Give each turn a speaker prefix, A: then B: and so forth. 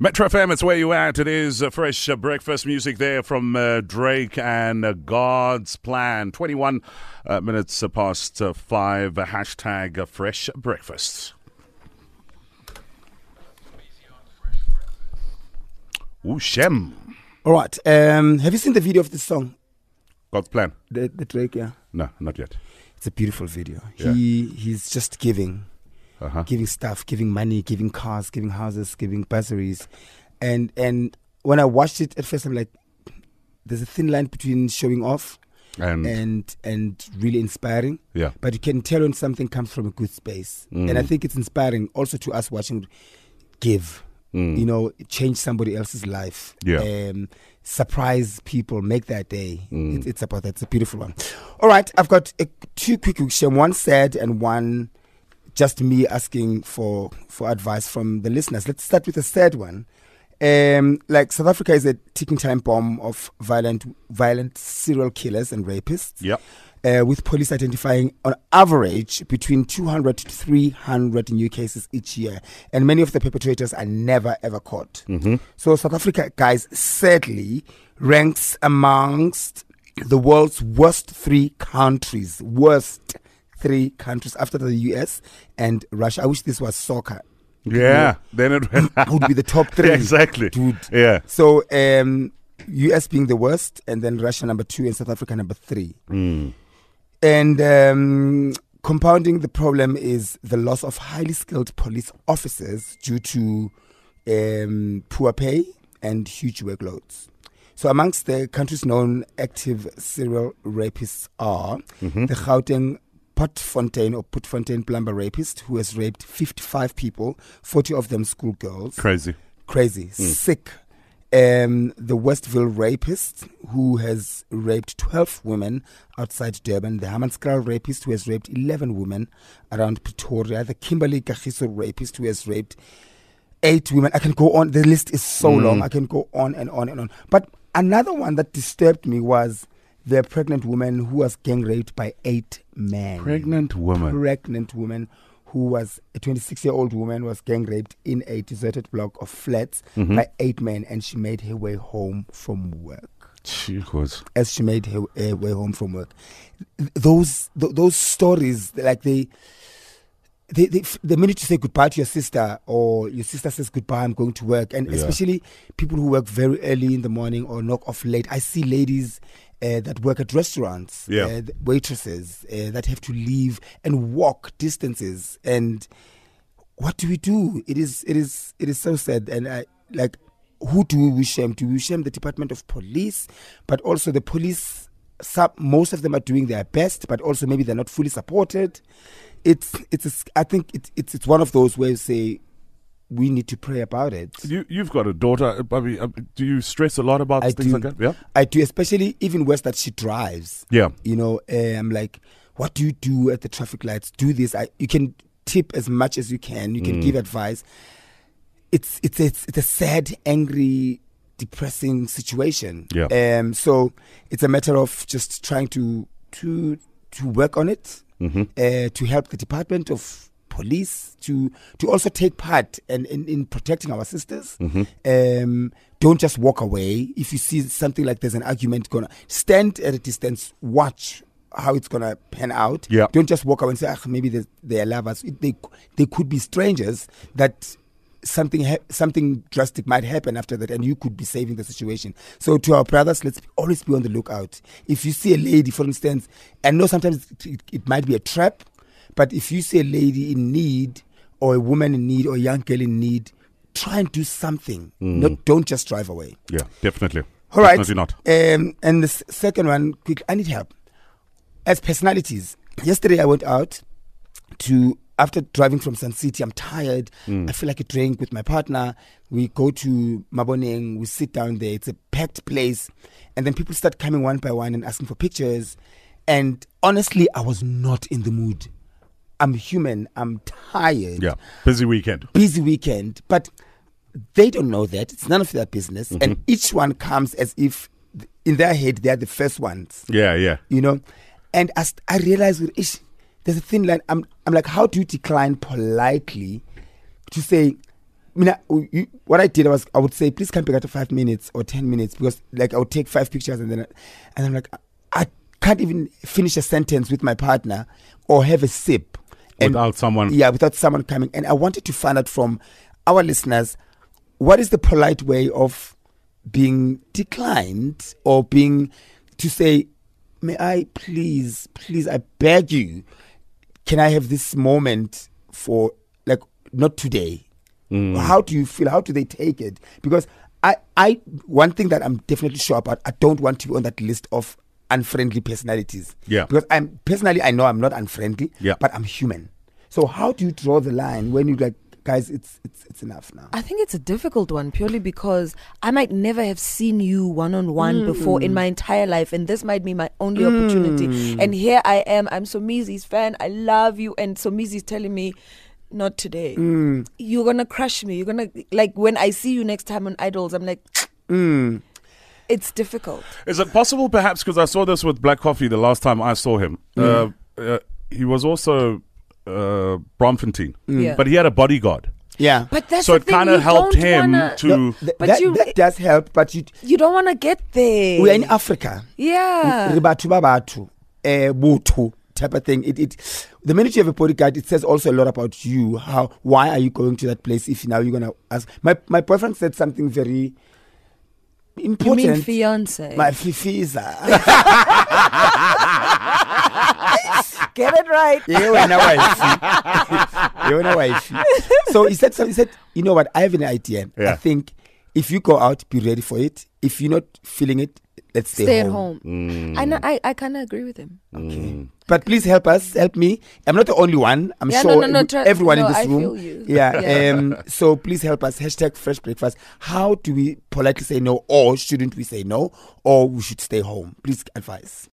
A: Metro FM, it's where you at. It is uh, fresh uh, breakfast music there from uh, Drake and uh, God's Plan. 21 uh, minutes uh, past uh, 5. Uh, hashtag uh, fresh breakfast. Ooh, Shem.
B: All right. Um, have you seen the video of this song?
A: God's Plan.
B: The, the Drake, yeah.
A: No, not yet.
B: It's a beautiful video.
A: Yeah.
B: He he's just giving,
A: Uh-huh.
B: giving stuff, giving money, giving cars, giving houses, giving bursaries, and and when I watched it at first, I'm like, there's a thin line between showing off
A: And,
B: and and really inspiring.
A: yeah.
B: But you can tell when something comes from a good space,
A: Mm.
B: and I think it's inspiring also to us watching. Give,
A: Mm.
B: you know, change somebody else's life.
A: Yeah.
B: Um, surprise people, make their day.
A: Mm.
B: It's, it's about that. It's a beautiful one. All right, I've got uh two quick questions. One sad and one just me asking for for advice from the listeners. Let's start with the sad one. Um, like South Africa is a ticking time bomb of violent, violent serial killers and rapists
A: Yep.
B: uh, with police identifying on average between 200 to 300 new cases each year. And many of the perpetrators are never ever caught.
A: Mm-hmm.
B: So South Africa, guys, sadly ranks amongst the world's worst three countries. Worst three countries after the US and Russia. I wish this was soccer.
A: Yeah. Then it went.
B: Would be the top three.
A: yeah, exactly.
B: Dude.
A: Yeah.
B: So um, US being the worst, and then Russia number two, and South Africa number three.
A: Mm.
B: And um, compounding the problem is the loss of highly skilled police officers due to um, poor pay and huge workloads. So, amongst the country's known active serial rapists are the Gauteng Potfontein or Potfontein Plumber rapist, who has raped 55 people, 40 of them schoolgirls
A: Crazy.
B: crazy, sick. Um, the Westville rapist who has raped 12 women outside Durban, the Hammanskral rapist who has raped 11 women around Pretoria, the Kimberley Kagiso rapist who has raped eight women. I can go on, the list is so long, I can go on and on and on. But another one that disturbed me was the pregnant woman who was gang raped by eight men
A: Pregnant woman.
B: pregnant woman who was a 26 year old woman was gang raped in a deserted block of flats by eight men and she made her way home from work
A: She was.
B: as she made her, her way home from work th- those th- those stories like they they, they, f- the minute you say goodbye to your sister or your sister says goodbye i'm going to work and
A: Yeah.
B: especially people who work very early in the morning or knock off late i see ladies uh, that work at restaurants
A: Yeah.
B: uh, th- waitresses uh, that have to leave and walk distances and what do we do it is it is it is so sad and i like who do we wish shame? Do we shame the Department of Police, but also the police? Some, most of them are doing their best, but also maybe they're not fully supported. It's it's. a s- I think it, it's it's one of those where you say we need to pray about it.
A: You, you've got a daughter. I mean, uh, do you stress a lot about
B: I
A: things
B: do.
A: like that? Yeah.
B: I do, especially even worse that she drives.
A: Yeah.
B: You know, uh, I'm like, what do you do at the traffic lights? Do this. I, you can tip as much as you can. You
A: Mm.
B: can give advice. It's it's it's, it's a sad, angry, depressing situation.
A: Yeah.
B: Um. So it's a matter of just trying to to to work on it, uh, to help the Department of Police to to also take part and in, in protecting our sisters. Um, don't just walk away. If you see something like there's an argument going, stand at a distance, watch how it's gonna pan out.
A: Yeah.
B: Don't just walk away and say, ah, maybe they, they are lovers. It- They they could be strangers that something ha- something drastic might happen after that, and you could be saving the situation. So to our brothers, let's always be on the lookout. If you see a lady, for instance, and know sometimes it, it, it might be a trap, but if you see a lady in need or a woman in need or a young girl in need, try and do something. Not, don't just drive away.
A: Yeah, definitely.
B: All right.
A: Definitely not.
B: Um, and the s- second one, quick, I need help. As personalities, yesterday I went out to, after driving from Sun City, I'm tired.
A: Hmm.
B: I feel like a drink with my partner. We go to Maboneng, we sit down there. It's a packed place. And then people start coming one by one and asking for pictures. And honestly, I was not in the mood. I'm human. I'm tired
A: Yeah. Busy weekend.
B: busy weekend, but they don't know that. It's none of their business. And each one comes as if th- in their head they are the first ones,
A: Yeah, yeah.
B: you know. And as I realize with ish, there's a thin line. I'm, I'm like, how do you decline politely to say, Mina, w- you- what I did was I would say, please come back after five minutes or ten minutes because like I would take five pictures and then, I- and I'm like, I I can't even finish a sentence with my partner or have a sip. And
A: without someone.
B: yeah, without someone coming. And I wanted to find out from our listeners what is the polite way of being declined or being to say, May I please, please, I beg you, can I have this moment for like not today?
A: Mm.
B: How do you feel? How do they take it? Because I, I, one thing that I'm definitely sure about, I don't want to be on that list of unfriendly personalities.
A: Yeah.
B: Because I'm personally, I know I'm not unfriendly.
A: Yeah.
B: But I'm human. So how do you draw the line when you like, guys, it's it's it's enough now?
C: I think it's a difficult one purely because I might never have seen you one on
A: Mm.
C: one before in my entire life, and this might be my only opportunity.
A: Mm.
C: And here I am, I'm Somizi's fan, I love you, and Somizi's telling me, not today.
A: Mm.
C: You're gonna crush me. You're gonna like when I see you next time on Idols, I'm like, Mm. it's difficult.
A: Is it possible, perhaps, because I saw this with Black Coffee the last time I saw him?
B: Mm.
A: Uh, uh, he was also uh, Bromfontein,
B: Mm.
C: Yeah.
A: but he had a bodyguard.
B: Yeah.
C: But that's
A: so
C: the
A: it
C: thing,
A: kind
C: you
A: of helped
C: don't
A: him
C: wanna-
A: to.
B: No, th-
C: But
B: that,
C: you- Eh.
B: that does help, but you
C: You don't want to get there.
B: we're in Africa.
C: yeah.
B: Re batho ba batho, eh, botho type of thing. It, it the minute you have a bodyguard, it says also a lot about you. How why are you going to that place if now you're gonna ask? My my boyfriend said something very
C: you mean
B: important.
C: fiance?
B: my fifiza.
C: get it right.
B: Yeah, wena e wife. yona wife. e So he said, so he said, you know what? I have an idea.
A: Yeah.
B: I think if you go out, be ready for it. If you're not feeling it, let's stay,
C: Stay at home.
B: Mm.
C: I know. I, I kind of agree with him.
B: Okay. But please help us, help me. I'm not the only one. I'm
C: Yeah, no,
B: sure
C: no, no,
B: we-
C: tru-
B: everyone
C: no,
B: in this
C: I
B: room.
C: feel you.
B: Yeah.
C: Yeah.
B: Um, so please help us. Hashtag fresh breakfast. How do we politely say no, or shouldn't we say no, or we should stay home? Please advise.